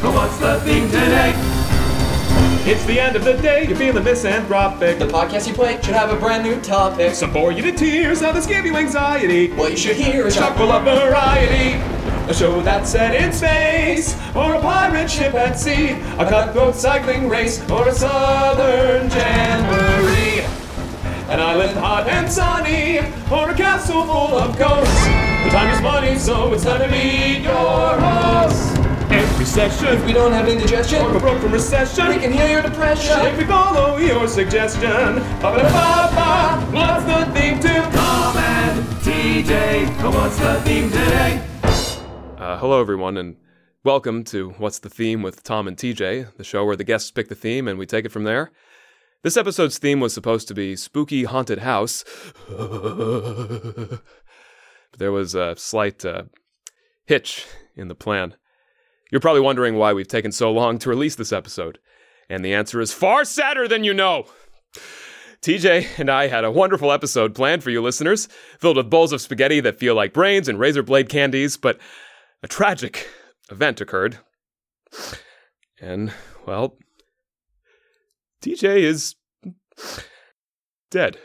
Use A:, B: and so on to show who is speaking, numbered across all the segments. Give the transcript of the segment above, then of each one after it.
A: What's the theme today?
B: It's the end of the day, you're feeling misanthropic.
C: The podcast you play should have a brand new topic.
B: Some bore you to tears, others give you anxiety.
C: What you should hear is
B: Chock full of variety. A show that's set in space, or a pirate ship at sea, a cutthroat cycling race, or a southern jamboree. An island hot and sunny, or a castle full of ghosts. The time is money, so it's time to meet your hosts. Every session,
C: we don't have indigestion.
B: we're broke from recession.
C: We can heal your depression.
B: If we follow your suggestion, ba-ba-ba-ba, what's the theme to?
A: Tom and TJ. What's the theme today?
B: Uh, hello, everyone, and welcome to What's the Theme with Tom and TJ, the show where the guests pick the theme and we take it from there. This episode's theme was supposed to be spooky haunted house, but there was a slight uh, hitch in the plan. You're probably wondering why we've taken so long to release this episode, and the answer is far sadder than you know. TJ and I had a wonderful episode planned for you listeners, filled with bowls of spaghetti that feel like brains and razor blade candies, but a tragic event occurred. And, well, TJ is dead.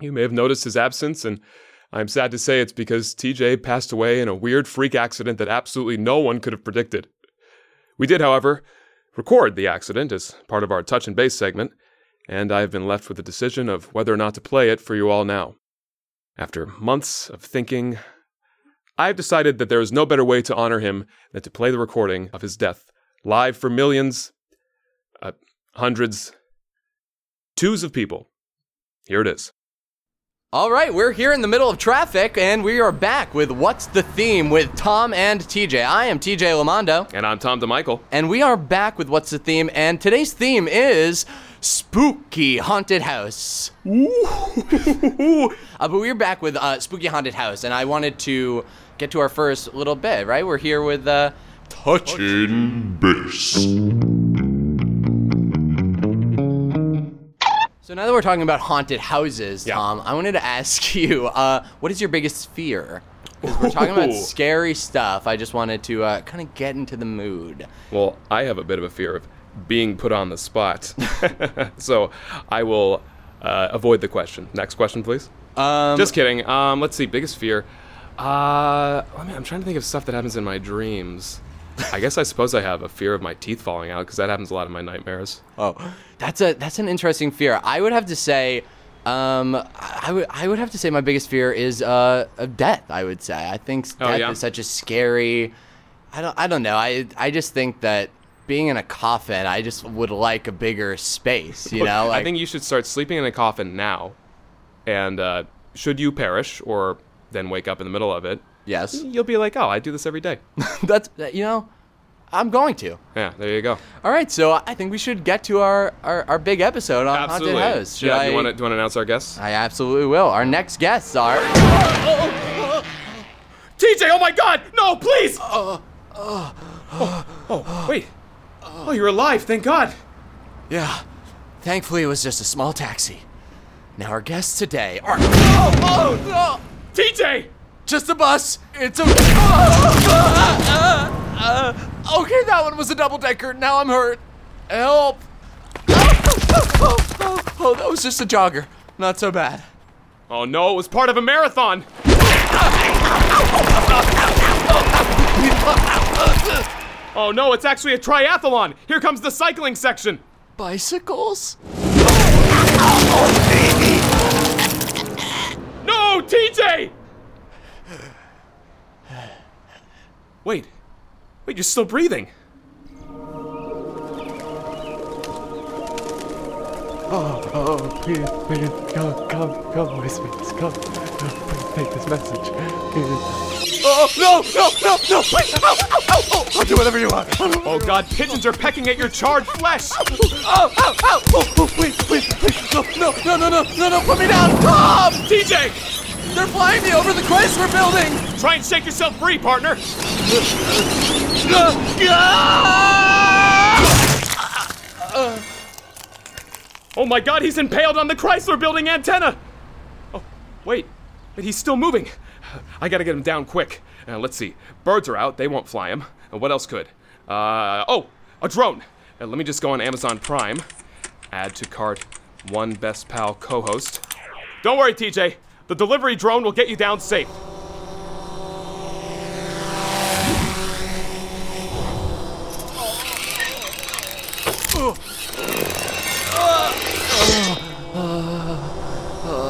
B: You may have noticed his absence, and I'm sad to say it's because TJ passed away in a weird freak accident that absolutely no one could have predicted. We did, however, record the accident as part of our touch and base segment, and I have been left with the decision of whether or not to play it for you all now. After months of thinking, I have decided that there is no better way to honor him than to play the recording of his death live for millions, uh, hundreds, twos of people. Here it is.
C: All right, we're here in the middle of traffic, and we are back with What's the Theme with Tom and TJ. I am TJ Lamondo,
B: And I'm Tom DeMichael.
C: and we are back with What's the Theme, and today's theme is Spooky Haunted House. Uh, but we're back with uh, Spooky Haunted House, and I wanted to get to our first little bit, right? We're here with uh, Touch So now that we're talking about haunted houses,
B: Yeah.
C: Tom, I wanted to ask you, uh, what is your biggest fear? Because we're talking about
B: Ooh.
C: scary stuff. I just wanted to uh, kind of get into the mood.
B: Well, I have a bit of a fear of being put on the spot. so I will uh, avoid the question. Next question, please.
C: Um,
B: Just kidding. Um, let's see. Biggest fear. Uh, I mean, I'm trying to think of stuff that happens in my dreams. I guess I suppose I have a fear of my teeth falling out because that happens a lot in my nightmares.
C: oh, that's a that's an interesting fear. I would have to say, um, I I would I would have to say my biggest fear is uh, of death. I would say I think death
B: Oh, yeah?
C: is such a scary. I don't I don't know. I I just think that being in a coffin, I just would like a bigger space. You know,
B: I
C: like,
B: think you should start sleeping in a coffin now, and uh, should you perish or then wake up in the middle of it,
C: yes,
B: you'll be like, "Oh, I do this every day."
C: that's you know, I'm going to.
B: yeah, there you go.
C: All right, so I think we should get to our, our, our big episode on
B: Absolutely.
C: haunted house. Should
B: yeah,
C: I?
B: do you want to do you want to announce our guests?
C: I absolutely will. Our next guests are.
B: TJ, oh my god! No, please! Oh, oh, wait. Oh, you're alive, thank god.
C: Yeah, thankfully it was just a small taxi. Now our guests today are. Oh,
B: TJ!
C: Just a bus. It's a. Okay, that one was a double decker. Now I'm hurt. Help! Oh, that was just a jogger. Not so bad.
B: Oh no, it was part of a marathon! Oh no, it's actually a triathlon! Here comes the cycling section!
C: Bicycles?
B: No, TJ! Wait. Wait, you're still breathing.
D: Oh, please, please, come, come, come with me. Come, please take this message. Please.
C: Oh, no, no, no, no! oh, Please! Ow, ow, ow, ow. I'll do whatever you want.
B: Oh god, pigeons are pecking at your charred flesh!
C: Oh, ow, ow! Oh, oh, wait, wait, wait! No, no, no, no, no, no, no! Put me down! Tom!
B: TJ!
C: They're flying me over the Chrysler Building!
B: Try and shake yourself free, partner! Oh my god, he's impaled on the Chrysler building antenna! Oh, wait, but he's still moving. I gotta get him down quick. Uh, let's see. Birds are out, they won't fly him. Uh, what else could? Uh, oh, a drone. Uh, let me just go on Amazon Prime. Add to cart one best pal co host. Don't worry, TJ. The delivery drone will get you down safe.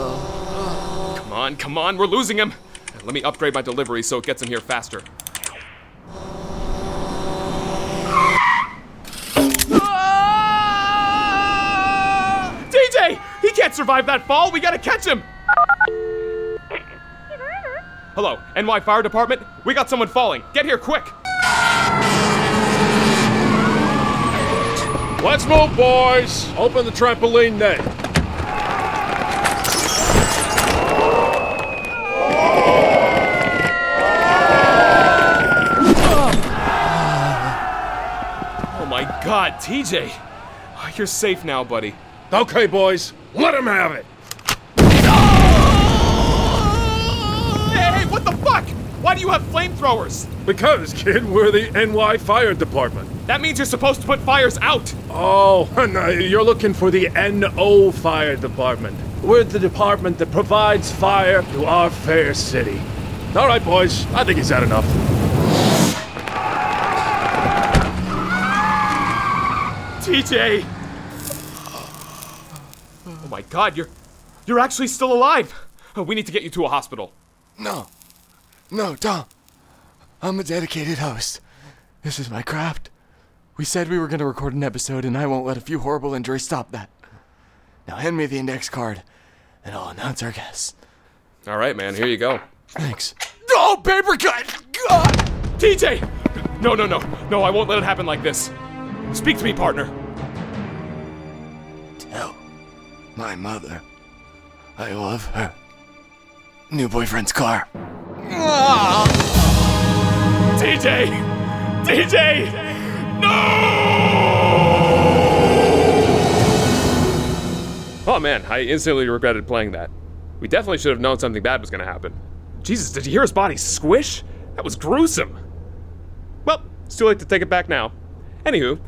B: Come on, come on, we're losing him. Let me upgrade my delivery so it gets him here faster. DJ! He can't survive that fall! We gotta catch him! Hello, NY Fire Department? We got someone falling. Get here quick!
E: Let's move, boys. Open the trampoline net.
B: Oh my god, TJ! Ah, You're safe now, buddy.
E: Okay, boys. Let him have it.
B: Hey, hey, what the fuck? Why do you have flamethrowers?
E: Because, kid, we're the NY Fire Department.
B: That means you're supposed to put fires out!
E: Oh, no, you're looking for the NO Fire Department. We're the department that provides fire to our fair city. All right, boys. I think he's had enough.
B: TJ! Oh my god, you're you're actually still alive. Uh, We need to get you to a hospital.
D: No. No, Tom. I'm a dedicated host. This is my craft. We said we were going to record an episode, and I won't let a few horrible injuries stop that. Now hand me the index card, and I'll announce our guest.
B: All right, man, here you go.
D: Thanks. Oh, paper cut! God!
B: TJ! No, no, no. No, I won't let it happen like this. Speak to me, partner.
D: Tell my mother I love her. New boyfriend's car.
B: TJ! TJ! No! Oh man, I instantly regretted playing that. We definitely should have known something bad was gonna happen. Jesus, did you hear his body squish? That was gruesome. Well, it's too late to take it back now. Anywho,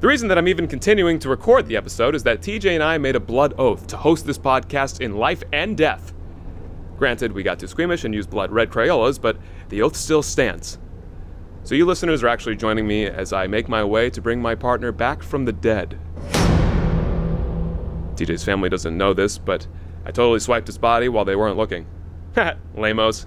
B: the reason that I'm even continuing to record the episode is that TJ and I made a blood oath to host this podcast in life and death. Granted, we got too squeamish and used blood red Crayolas, but the oath still stands. So, you listeners are actually joining me as I make my way to bring my partner back from the dead. TJ's family doesn't know this, but I totally swiped his body while they weren't looking. Heh, lamos.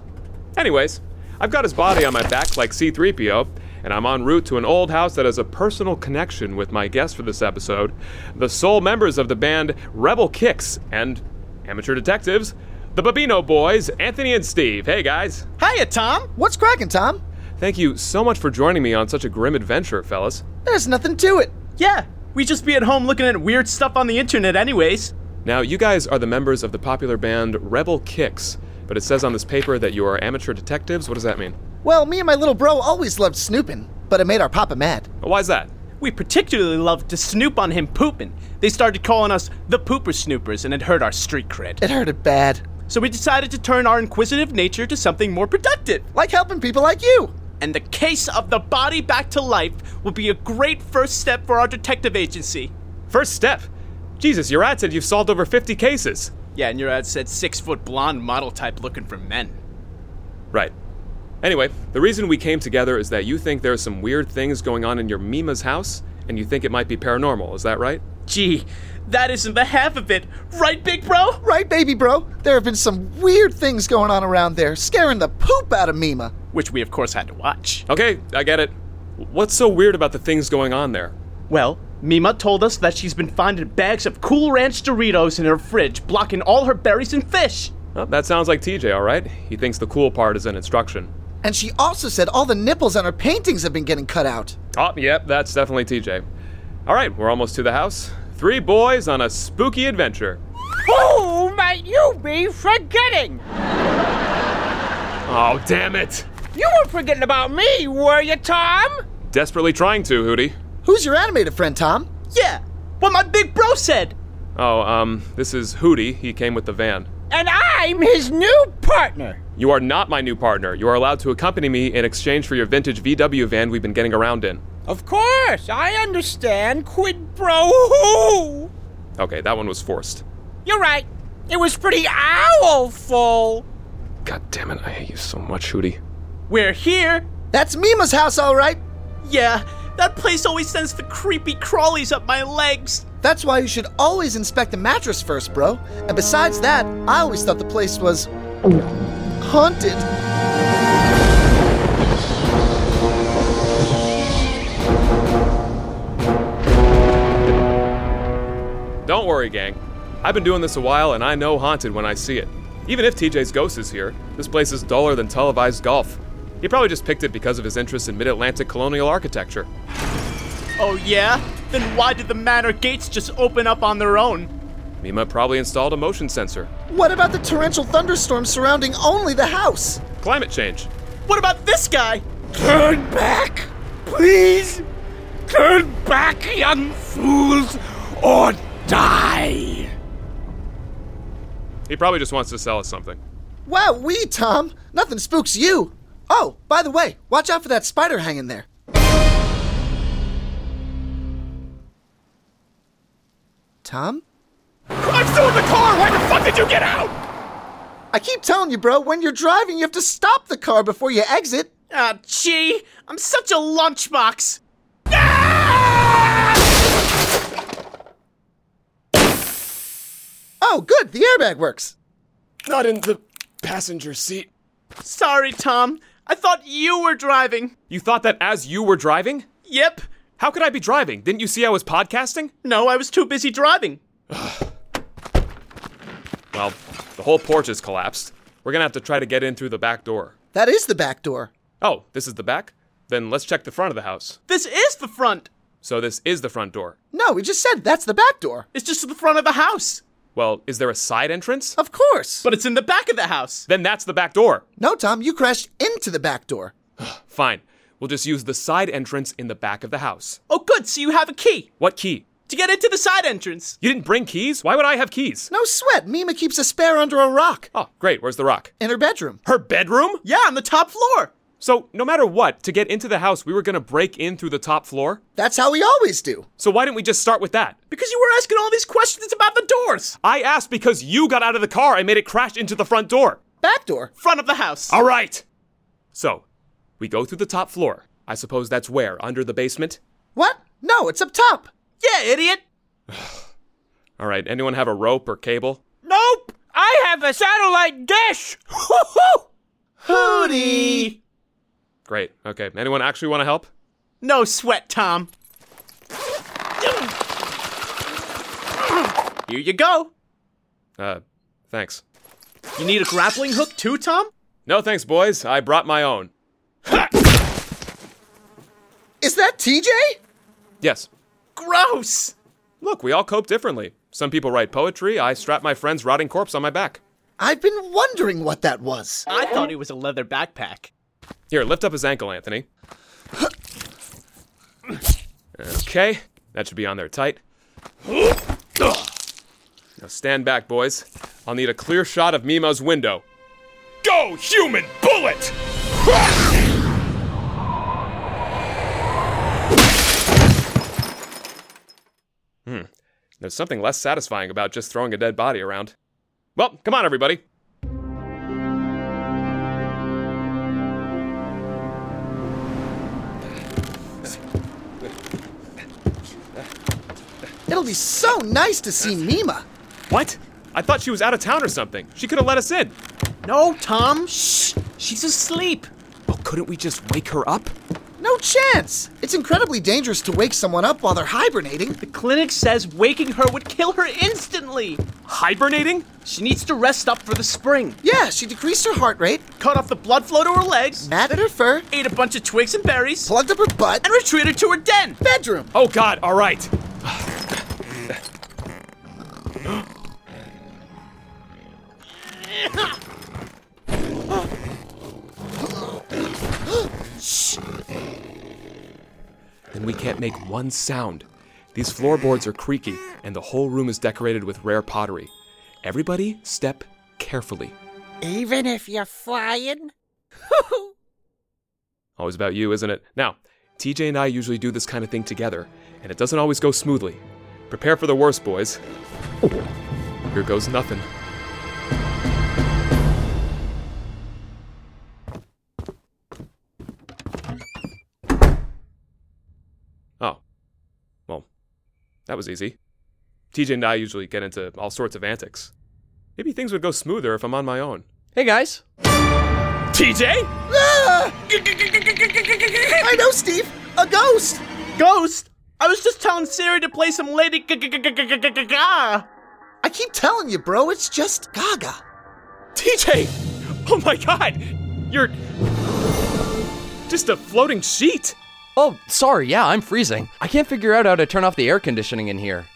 B: Anyways, I've got his body on my back like C3PO, and I'm en route to an old house that has a personal connection with my guest for this episode the sole members of the band Rebel Kicks and amateur detectives, the Babino Boys, Anthony and Steve. Hey guys!
F: Hiya, Tom. What's cracking, Tom?
B: Thank you so much for joining me on such a grim adventure, fellas.
F: There's nothing to it. Yeah, we just be at home looking at weird stuff on the internet, anyways.
B: Now, you guys are the members of the popular band Rebel Kicks, but it says on this paper that you are amateur detectives. What does that mean?
F: Well, me and my little bro always loved snooping, but it made our papa mad.
B: Why's that?
G: We particularly loved to snoop on him pooping. They started calling us the pooper snoopers and it hurt our street cred.
F: It hurted bad.
G: So we decided to turn our inquisitive nature to something more productive.
F: Like helping people like you.
G: And the case of the body back to life would be a great first step for our detective agency.
B: First step. Jesus, your ad said you've solved over 50 cases.
G: Yeah, and your ad said six foot blonde model type looking for men.
B: Right. Anyway, the reason we came together is that you think there are some weird things going on in your Mima's house, and you think it might be paranormal. Is that right?
G: Gee, that isn't the half of it. Right, big bro?
F: Right, baby bro? There have been some weird things going on around there, scaring the poop out of Mima.
G: Which we, of course, had to watch.
B: Okay, I get it. What's so weird about the things going on there?
G: Well, Mima told us that she's been finding bags of Cool Ranch Doritos in her fridge, blocking all her berries and fish.
B: Well, that sounds like TJ, all right? He thinks the cool part is an instruction.
F: And she also said all the nipples on her paintings have been getting cut out.
B: Oh, yep, that's definitely TJ. All right, we're almost to the house. Three boys on a spooky adventure.
H: Who might Oh, you be forgetting?
B: Oh, damn it!
H: You weren't forgetting about me, were you, Tom?
B: Desperately trying to, Hootie.
F: Who's your animated friend, Tom?
G: Yeah, what my big bro said.
B: Oh, um, this is Hootie. He came with the van.
H: And I'm his new partner.
B: You are not my new partner. You are allowed to accompany me in exchange for your vintage VW van we've been getting around in.
H: Of course, I understand quid pro who.
B: Okay, that one was forced.
H: You're right. It was pretty owlful.
B: God damn it, I hate you so much, Hootie.
G: We're here.
F: That's Mima's house, all right.
G: Yeah, that place always sends the creepy crawlies up my legs.
F: That's why you should always inspect the mattress first, bro. And besides that, I always thought the place was haunted.
B: Don't worry, gang. I've been doing this a while and I know haunted when I see it. Even if TJ's ghost is here, this place is duller than televised golf. He probably just picked it because of his interest in mid Atlantic colonial architecture.
G: Oh, yeah? Then why did the manor gates just open up on their own?
B: Mima probably installed a motion sensor.
F: What about the torrential thunderstorm surrounding only the house?
B: Climate change.
G: What about this guy?
H: Turn back, please. Turn back, young fools, or die.
B: He probably just wants to sell us something.
F: Wow, we Tom. Nothing spooks you. Oh, by the way, watch out for that spider hanging there. Tom?
E: I'm still in the car! Why the fuck did you get out?
F: I keep telling you, bro, when you're driving, you have to stop the car before you exit.
G: Ah, gee, I'm such a lunchbox.
F: Oh, good, the airbag works.
I: Not in the passenger seat.
G: Sorry, Tom. I thought you were driving.
B: You thought that as you were driving?
G: Yep.
B: How could I be driving? Didn't you see I was podcasting?
G: No, I was too busy driving.
B: Well, the whole porch is collapsed. We're gonna have to try to get in through the back door.
F: That is the back door.
B: Oh, this is the back? Then let's check the front of the house.
G: This is the front.
B: So this is the front door.
F: No, we just said that's the back door.
G: It's just the front of the house.
B: Well, is there a side entrance?
F: Of course.
G: But it's in the back of the house.
B: Then that's the back door.
F: no, Tom, you crashed into the back door.
B: Fine. We'll just use the side entrance in the back of the house.
G: Oh, good, so you have a key
B: What key?
G: to get into the side entrance.
B: You didn't bring keys? Why would I have keys?
F: No sweat, Mima keeps a spare under a rock
B: Oh, great. Where's the rock?
F: in her bedroom.
B: Her bedroom?
G: Yeah, on the top floor.
B: So, no matter what, to get into the house, we were gonna break in through the top floor.
F: That's how we always do.
B: So, why didn't we just start with that?
G: Because you were asking all these questions about the doors.
B: I asked because you got out of the car and made it crash into the front door.
F: Back door.
G: Front of the house.
B: All right. So, we go through the top floor. I suppose that's where? Under the basement?
F: What? No, it's up top.
G: Yeah, idiot.
B: All right, anyone have a rope or cable?
H: Nope, I have a satellite dish.
G: Hootie.
B: Great. Okay. Anyone actually want to help?
G: No sweat, Tom. Here you go.
B: Uh, thanks.
G: You need a grappling hook too, Tom?
B: No thanks, boys. I brought my own.
F: Is that TJ?
B: Yes.
G: Gross.
B: Look, we all cope differently. Some people write poetry. I strap my friend's rotting corpse on my back.
F: I've been wondering what that was.
G: I thought it was a leather backpack.
B: Here, lift up his ankle, Anthony. Okay, that should be on there tight. Now stand back, boys. I'll need a clear shot of Mima's window.
E: Go, Oh, human bullet!
B: There's something less satisfying about just throwing a dead body around. Well, come on, everybody.
F: It'll be so nice to see Mima.
B: What? I thought she was out of town or something. She could have let us in.
G: No, Tom. Shh. She's asleep.
B: Well, couldn't we just wake her up?
F: No chance. It's incredibly dangerous to wake someone up while they're hibernating.
G: The clinic says waking her would kill her instantly.
B: Hibernating?
G: She needs to rest up for the spring.
F: Yeah, she decreased her heart rate,
G: Cut off the blood flow to her legs,
F: gnat at her fur,
G: ate a bunch of twigs and berries,
F: plugged up her butt,
G: and retreated to her den.
F: bedroom.
B: Oh, God, all right. then we can't make one sound. These floorboards are creaky, and the whole room is decorated with rare pottery. Everybody, step carefully.
H: Even if you're flying.
B: Always about you, isn't it? Now, TJ and I usually do this kind of thing together, and it doesn't always go smoothly. Prepare for the worst, boys. Here goes nothing. Oh. Well, that was easy. TJ and I usually get into all sorts of antics. Maybe things would go smoother if I'm on my own.
C: Hey guys.
G: TJ?
F: I know, Steve! A ghost!
G: Ghost? I was just telling Siri to play some Lady Gaga.
F: I keep telling you, bro, it's just Gaga.
B: TJ! Oh my god! You're. just a floating sheet!
C: Oh, sorry. Yeah, I'm freezing. I can't figure out how to turn off the air conditioning in here.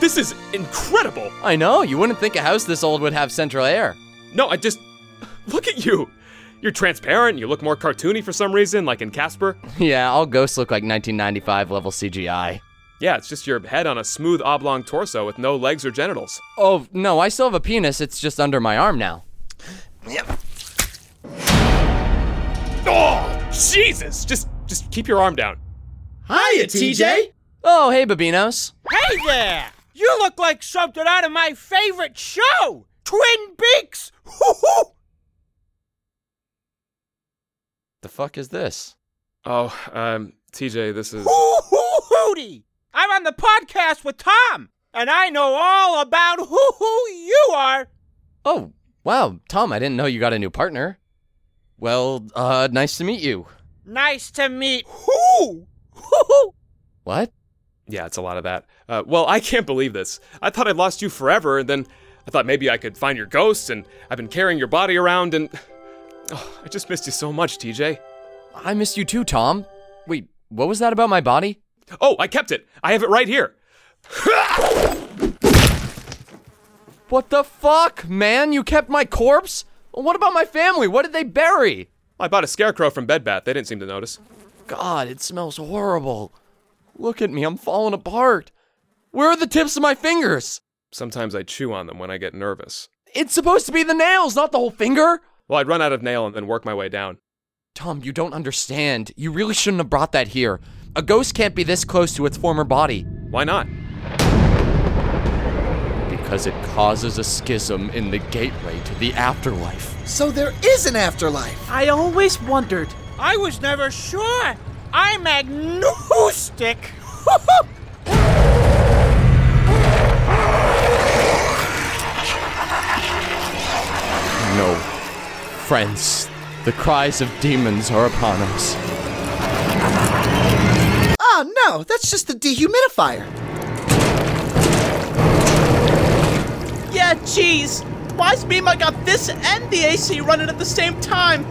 B: This is incredible!
C: I know. You wouldn't think a house this old would have central air.
B: No, I just. Look at you! You're transparent, you look more cartoony for some reason, like in Casper.
C: Yeah, all ghosts look like 1995 level CGI.
B: Yeah, it's just your head on a smooth oblong torso with no legs or genitals.
C: Oh, no, I still have a penis. It's just under my arm now.
B: Oh, Jesus! Just just keep your arm down.
F: Hiya, TJ!
C: Oh, hey, Babinos.
H: Hey there! You look like something out of my favorite show! Twin Peaks! Hoo-hoo!
C: The fuck is this?
B: Oh, um, TJ, this is.
H: Hoo-hoo-hooty! I'm on the podcast with Tom, and I know all about who-hoo you are!
C: Oh, wow, Tom, I didn't know you got a new partner. Well, uh, nice to meet you.
H: Nice to meet who? Hoo-hoo!
C: What?
B: Yeah, it's a lot of that. Uh, well, I can't believe this. I thought I'd lost you forever, and then I thought maybe I could find your ghost, and I've been carrying your body around, and. Oh, I just missed you so much, TJ.
C: I missed you too, Tom. Wait, what was that about my body?
B: Oh, I kept it. I have it right here.
C: What the fuck, man? You kept my corpse? What about my family? What did they bury?
B: I bought a scarecrow from Bed Bath. They didn't seem to notice.
C: God, it smells horrible. Look at me, I'm falling apart. Where are the tips of my fingers?
B: Sometimes I chew on them when I get nervous.
C: It's supposed to be the nails, not the whole finger.
B: Well, I'd run out of nail and then work my way down.
C: Tom, you don't understand. You really shouldn't have brought that here. A ghost can't be this close to its former body
B: Why not?
C: because it causes a schism in the gateway to the afterlife.
F: So there is an afterlife.
G: I always wondered.
H: I was never sure! I'm agnostic! Hoo-hoo!
C: No. Friends, the cries of demons are upon us.
F: Ah, no, that's just the dehumidifier.
G: Yeah, jeez. Wise Beam, I got this and the AC running at the same time.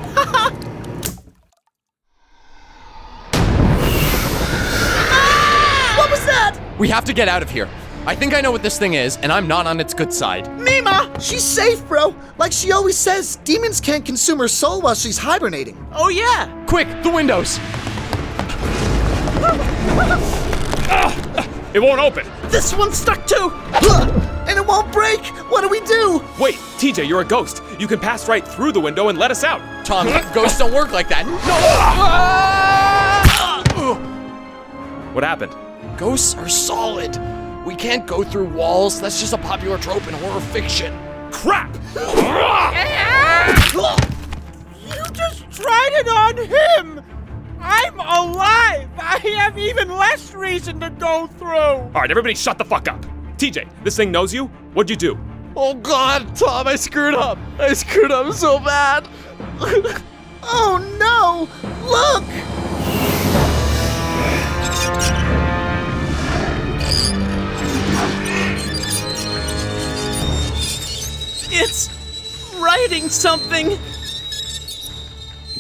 F: What was that?
C: We have to get out of here. I think I know what this thing is, and I'm not on its good side.
G: Mima!
F: Ah, She's safe, bro. Like she always says, demons can't consume her soul while she's hibernating.
G: Oh, yeah.
C: Quick, the windows!
B: It won't open.
G: This one's stuck too.
F: Ugh, And it won't break. What do we do?
B: Wait, TJ, you're a ghost. You can pass right through the window and let us out.
C: Tom, ghosts don't work like that. No!
B: What happened?
C: Ghosts are solid. We can't go through walls. That's just a popular trope in horror fiction.
B: Crap!
H: You just tried it on him! I'm alive! I have even less reason to go through!
B: All right, everybody shut the fuck up. TJ, this thing knows you? What'd you do?
C: Oh god, Tom, I screwed up. I screwed up so bad.
F: Oh no! Look!
G: It's writing something.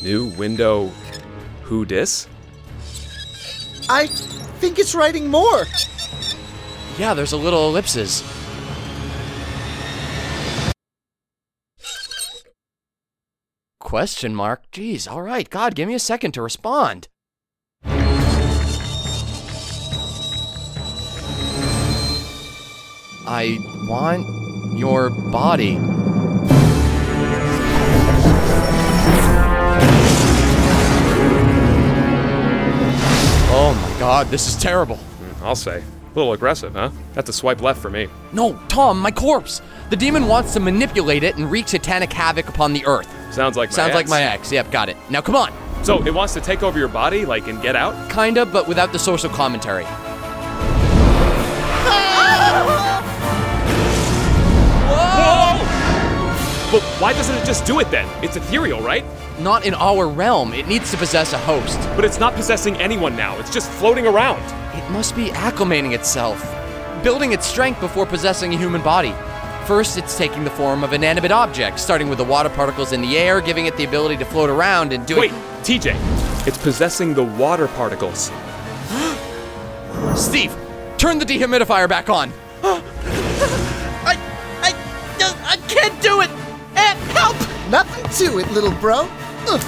B: New window. Who dis?
F: I think it's writing more.
C: yeah, there's a little ellipses. Question mark? Jeez, all right, God, give me a second to respond. I want your body. Oh
D: God, this is terrible.
B: I'll say. A little aggressive, huh? That's a swipe left for me.
C: No, Tom, my corpse. The demon wants to manipulate it and wreak satanic havoc upon the earth.
B: Sounds like my
C: Sounds like
B: ex.
C: my ex. Yep, got it. Now come on.
B: So it wants to take over your body, like, and get out?
C: Kinda, but without the social commentary.
B: Whoa! But why doesn't it just do it then? It's ethereal, right?
C: Not in our realm. It needs to possess a host.
B: But it's not possessing anyone now. It's just floating around.
C: It must be acclimating itself, building its strength before possessing a human body. First, it's taking the form of inanimate objects, starting with the water particles in the air, giving it the ability to float around and do
B: Wait, TJ. It's possessing the water particles.
C: Steve, turn the dehumidifier back on.
H: I, I, I can't do it. And help!
F: Nothing to it, little bro. Ugh.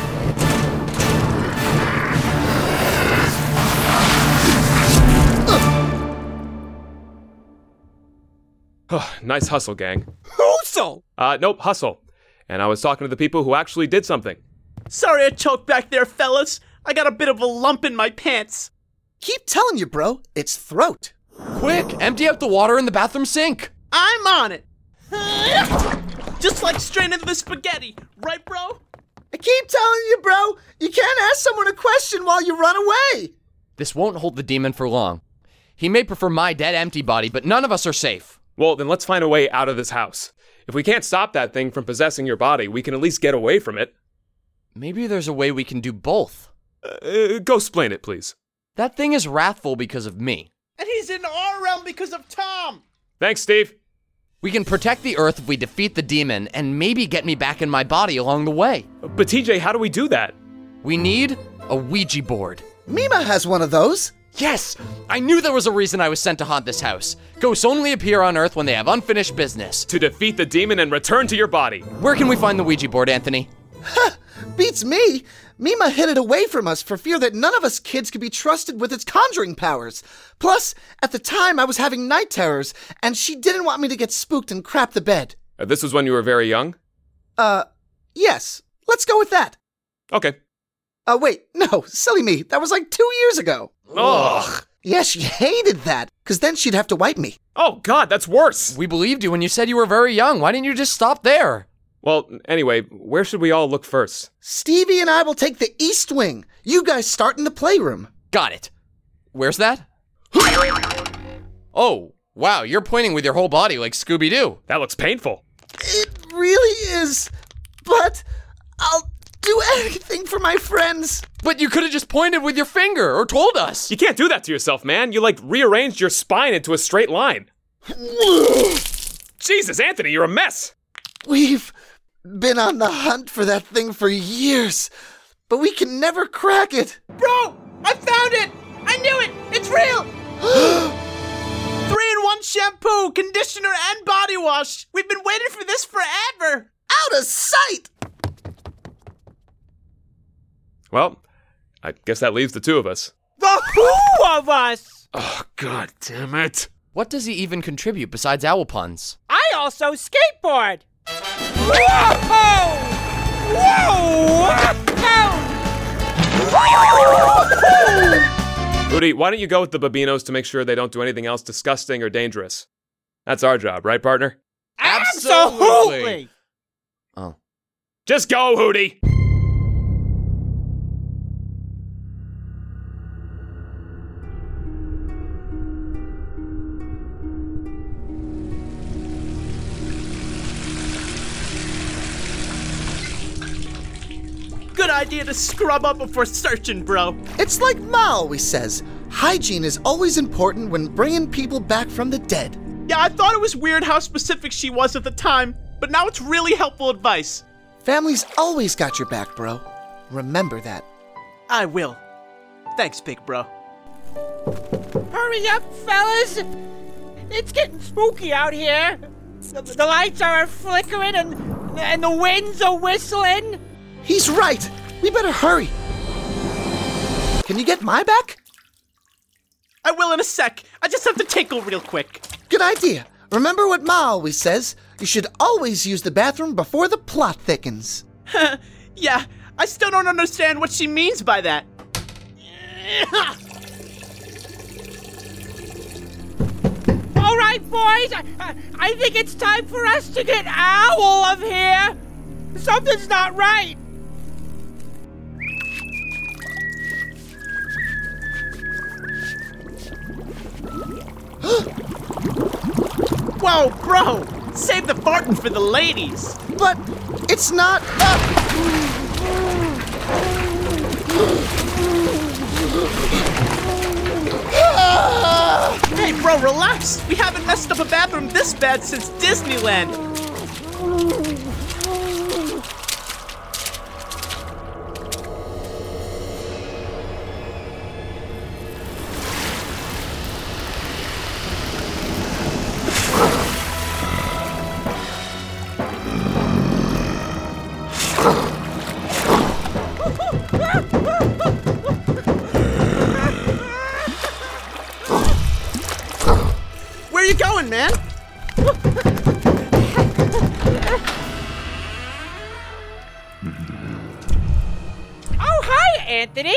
B: Nice hustle, gang.
H: Hoosel!
B: Uh, nope, hustle. And I was talking to the people who actually did something.
G: Sorry I choked back there, fellas. I got a bit of a lump in my pants.
F: Keep telling you, bro, it's throat.
C: Quick, empty out the water in the bathroom sink.
G: I'm on it. Just like straight into the spaghetti, right, bro?
F: I keep telling you, bro, you can't ask someone a question while you run away.
C: This won't hold the demon for long. He may prefer my dead empty body, but none of us are safe.
B: Well, then let's find a way out of this house. If we can't stop that thing from possessing your body, we can at least get away from it.
C: Maybe there's a way we can do both.
B: Uh, go explain it, please.
C: That thing is wrathful because of me.
H: And he's in our realm because of Tom.
B: Thanks, Steve.
C: We can protect the earth if we defeat the demon and maybe get me back in my body along the way.
B: But TJ, how do we do that?
C: We need a Ouija board.
F: Mima has one of those.
C: Yes! I knew there was a reason I was sent to haunt this house. Ghosts only appear on Earth when they have unfinished business.
B: To defeat the demon and return to your body.
C: Where can we find the Ouija board, Anthony?
F: Beats me. Mima hid it away from us for fear that none of us kids could be trusted with its conjuring powers. Plus, at the time I was having night terrors, and she didn't want me to get spooked and crap the bed.
B: Uh, this was when you were very young?
F: Yes, let's go with that.
B: Okay.
F: Uh, wait, no, silly me. That was like two years ago.
B: Ugh.
F: Yeah, she hated that, because then she'd have to wipe me.
B: Oh, God, that's worse.
C: We believed you when you said you were very young. Why didn't you just stop there?
B: Well, anyway, where should we all look first?
F: Stevie and I will take the East Wing. You guys start in the playroom.
C: Got it. Where's that? oh, wow, you're pointing with your whole body like Scooby Doo.
B: That looks painful.
F: It really is, but I'll do anything for my friends.
C: But you could have just pointed with your finger or told us.
B: You can't do that to yourself, man. You, like, rearranged your spine into a straight line. Jesus, Anthony, you're a mess.
F: We've been on the hunt for that thing for years, but we can never crack it.
H: Bro, I found it. I knew it. It's real. Three in one shampoo, conditioner, and body wash. We've been waiting for this forever.
F: Out of sight!
B: Well, I guess that leaves the two of us. Oh,
H: The who of us?
B: God damn it.
C: What does he even contribute besides owl puns?
H: I also skateboard. Whoa! Whoa! Whoa!
B: Udi, why don't you go with the Babinos to make sure they don't do anything else disgusting or dangerous? That's our job, right, partner?
C: Absolutely. Oh.
B: Just go, Hootie!
G: Good idea to scrub up before searching, bro.
F: It's like Ma always says hygiene is always important when bringing people back from the dead.
G: Yeah, I thought it was weird how specific she was at the time, but now it's really helpful advice.
F: Family's always got your back, bro. Remember that.
G: I will. Thanks, big bro.
H: Hurry up, fellas! It's getting spooky out here. The, the lights are flickering and and the winds are whistling.
F: He's right. We better hurry. Can you get my back?
G: I will in a sec. I just have to tinkle real quick.
F: Good idea. Remember what Ma always says you should always use the bathroom before the plot thickens.
G: Yeah, I still don't understand what she means by that.
H: All right, boys. I, I- I think it's time for us to get owl of here. Something's not right.
G: Whoa, bro! Save the farting for the ladies!
F: But it's not up.
G: Hey, bro, relax! We haven't messed up a bathroom this bad since Disneyland!
F: Where you going, man?
H: Oh, hi, Anthony.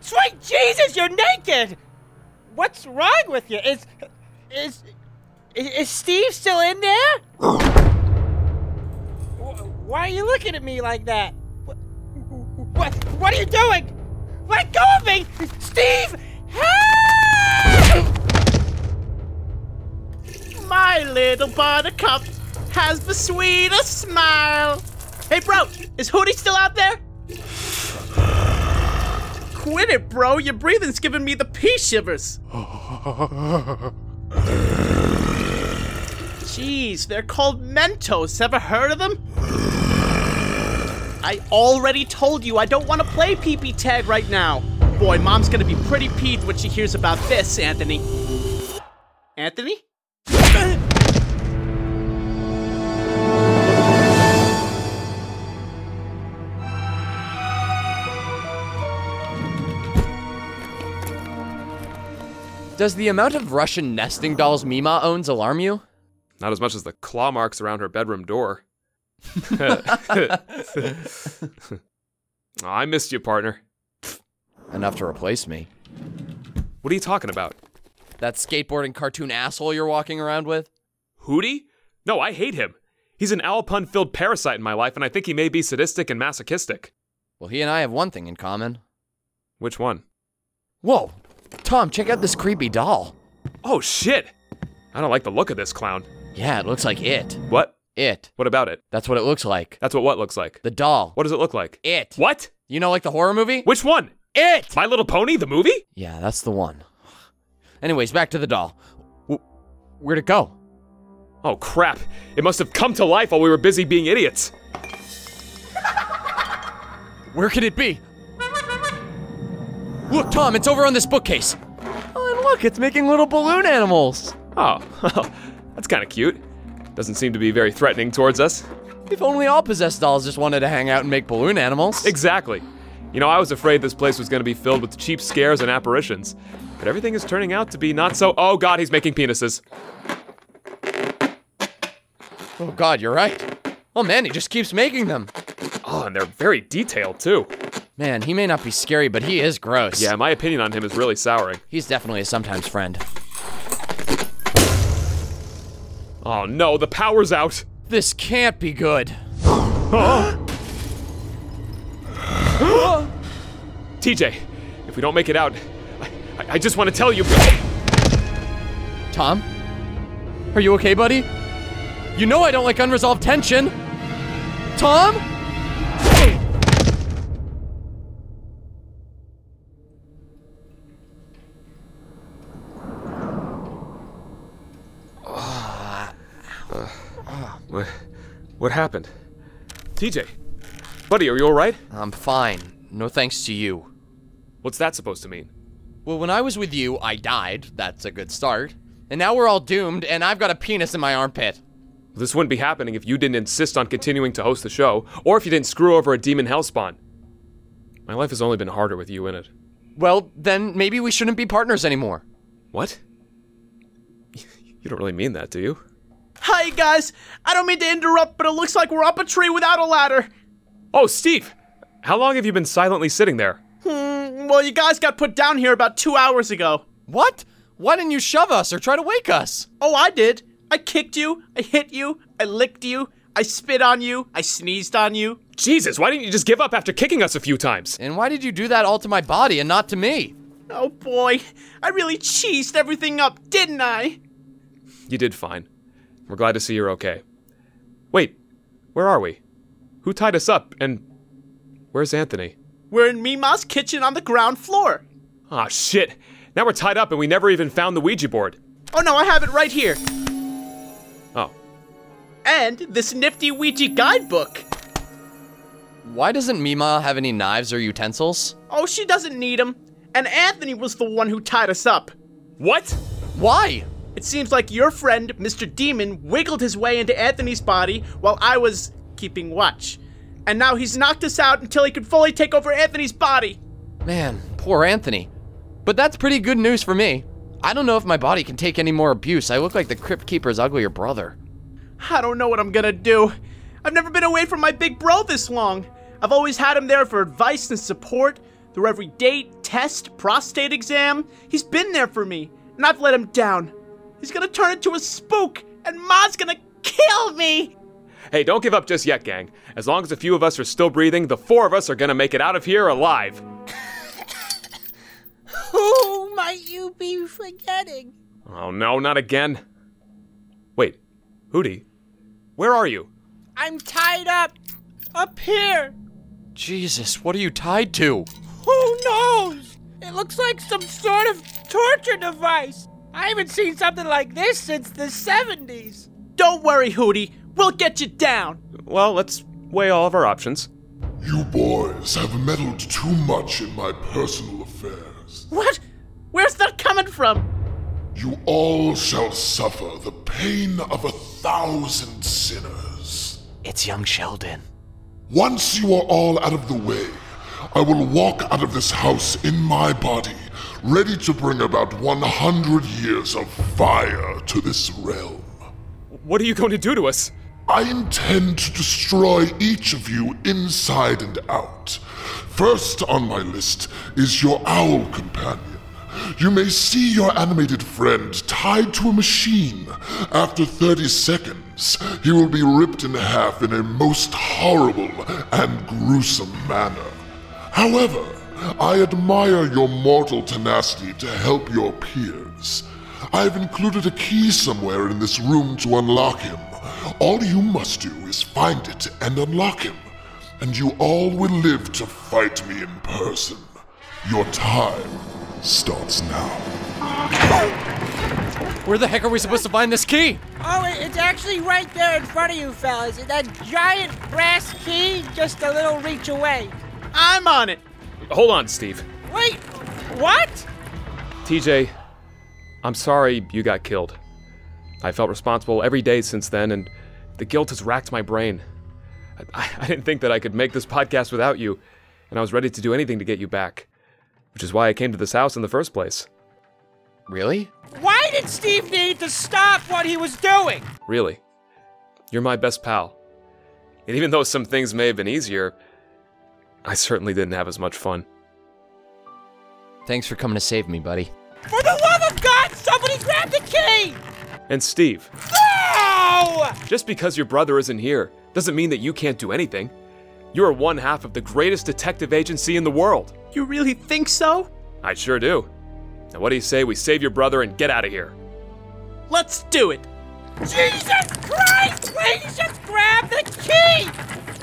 H: Sweet Jesus, you're naked. What's wrong with you? Is is is, is Steve still in there? Wh- Why are you looking at me like that? What what, what are you doing? Let go of me, Steve! Help!
G: My little buttercup has the sweetest smile! Hey, bro, is Hootie still out there? Quit it, bro! Your breathing's giving me the pee shivers! Jeez, they're called Mentos. Ever heard of them? I already told you I don't want to play pee pee tag right now. Boy, mom's gonna be pretty peeved when she hears about this, Anthony. Anthony?
C: Does the amount of Russian nesting dolls Mima owns alarm you?
B: Not as much as the claw marks around her bedroom door. Aw, I missed you, partner.
C: Enough to replace me.
B: What are you talking about?
C: That skateboarding cartoon asshole you're walking around with?
B: Hootie? No, I hate him. He's an alpun filled parasite in my life, and I think he may be sadistic and masochistic.
C: Well, he and I have one thing in common.
B: Which one?
C: Whoa! Tom, check out this creepy doll.
B: Oh, shit! I don't like the look of this clown.
C: Yeah, it looks like it.
B: What?
C: It.
B: What about it?
C: That's what it looks like.
B: That's what what looks like.
C: The doll.
B: What does it look like?
C: It.
B: What?
C: You know, like the horror movie?
B: Which one?
C: It!
B: My Little Pony, the movie?
C: Yeah, that's the one. Anyways, back to the doll. W- where'd it go?
B: Oh, crap. It must have come to life while we were busy being idiots.
C: Where could it be? Look, Tom, it's over on this bookcase. Oh, and look, it's making little balloon animals.
B: Oh, that's kind of cute. Doesn't seem to be very threatening towards us.
C: If only all possessed dolls just wanted to hang out and make balloon animals.
B: Exactly. You know, I was afraid this place was going to be filled with cheap scares and apparitions, but everything is turning out to be not so. Oh God, he's making penises.
C: oh, God, you're right. Oh, man, he just keeps making them.
B: Oh, and they're very detailed too.
C: Man, he may not be scary, but he is gross.
B: Yeah, my opinion on him is really souring.
C: He's definitely a sometimes friend.
B: Oh no, the power's out.
C: This can't be good.
B: TJ, if we don't make it out, I, I- I just want to tell you.
C: Tom? Are you okay, buddy? You know I don't like unresolved tension. Tom?
B: What, what happened? TJ, buddy, are you all right?
C: I'm fine. No thanks to you.
B: What's that supposed to mean?
C: Well, when I was with you, I died. That's a good start. And now we're all doomed, and I've got a penis in my armpit.
B: This wouldn't be happening if you didn't insist on continuing to host the show, or if you didn't screw over a demon hellspawn. My life has only been harder with you in it.
C: Well, then maybe we shouldn't be partners anymore.
B: What? You don't really mean that, do you?
G: Hi, guys. I don't mean to interrupt, but it looks like we're up a tree without a ladder.
B: Oh, Steve! How long have you been silently sitting there?
G: Well, you guys got put down here about two hours ago.
C: What? Why didn't you shove us or try to wake us?
G: Oh, I did. I kicked you. I hit you. I licked you. I spit on you. I sneezed on you.
B: Jesus, why didn't you just give up after kicking us a few times?
C: And why did you do that all to my body and not to me?
G: Oh boy, I really cheesed everything up, didn't I?
B: You did fine. We're glad to see you're okay. Wait, where are we? Who tied us up and where's Anthony?
G: We're in Mima's kitchen on the ground floor.
B: Ah, shit. Now we're tied up and we never even found the Ouija board.
G: Oh no, I have it right here.
B: Oh,
G: And this nifty Ouija guidebook.
C: Why doesn't Mima have any knives or utensils?
G: Oh, she doesn't need them. And Anthony was the one who tied us up.
B: what?
C: Why?
G: It seems like your friend, Mr. Demon, wiggled his way into Anthony's body while I was keeping watch. And now he's knocked us out until he can fully take over Anthony's body.
C: Man, poor Anthony. But that's pretty good news for me. I don't know if my body can take any more abuse. I look like the Crypt Keeper's uglier brother.
G: I don't know what I'm gonna do. I've never been away from my big bro this long. I've always had him there for advice and support through every date, test, prostate exam. He's been there for me, and I've let him down. He's gonna turn into a spook, and Ma's gonna kill me!
B: Hey, don't give up just yet, gang. As long as a few of us are still breathing, the four of us are gonna make it out of here alive.
H: Who might you be forgetting?
B: Oh no, not again. Wait, Hootie, where are you?
H: I'm tied up. Up here.
C: Jesus, what are you tied to?
H: Who knows? It looks like some sort of torture device. I haven't seen something like this since the 70s.
G: Don't worry, Hootie. We'll get you down.
B: Well, let's weigh all of our options.
J: You boys have meddled too much in my personal affairs.
G: What? Where's that coming from?
J: You all shall suffer the pain of a thousand sinners.
C: It's young Sheldon.
J: Once you are all out of the way, I will walk out of this house in my body, ready to bring about 100 years of fire to this realm.
B: What are you going to do to us?
J: I intend to destroy each of you inside and out. First on my list is your owl companion. You may see your animated friend tied to a machine. After 30 seconds, he will be ripped in half in a most horrible and gruesome manner. However, I admire your mortal tenacity to help your peers. I've included a key somewhere in this room to unlock him. All you must do is find it and unlock him, and you all will live to fight me in person. Your time starts now.
C: Where the heck are we supposed to find this key?
H: Oh, it- it's actually right there in front of you, fellas. That giant brass key, just a little reach away.
G: I'm on it.
B: Hold on, Steve.
H: Wait, what?
B: TJ, I'm sorry you got killed. I felt responsible every day since then, and the guilt has racked my brain. I, I didn't think that I could make this podcast without you, and I was ready to do anything to get you back, which is why I came to this house in the first place.
C: Really?
H: Why did Steve need to stop what he was doing?
B: Really. You're my best pal. And even though some things may have been easier, I certainly didn't have as much fun.
C: Thanks for coming to save me, buddy.
H: For the love of God, somebody grab the key!
B: And Steve,
H: No!
B: just because your brother isn't here doesn't mean that you can't do anything. You are one half of the greatest detective agency in the world.
G: You really think so?
B: I sure do. Now, what do you say we save your brother and get out of here?
G: Let's do it.
H: Jesus Christ! Please just grab the key!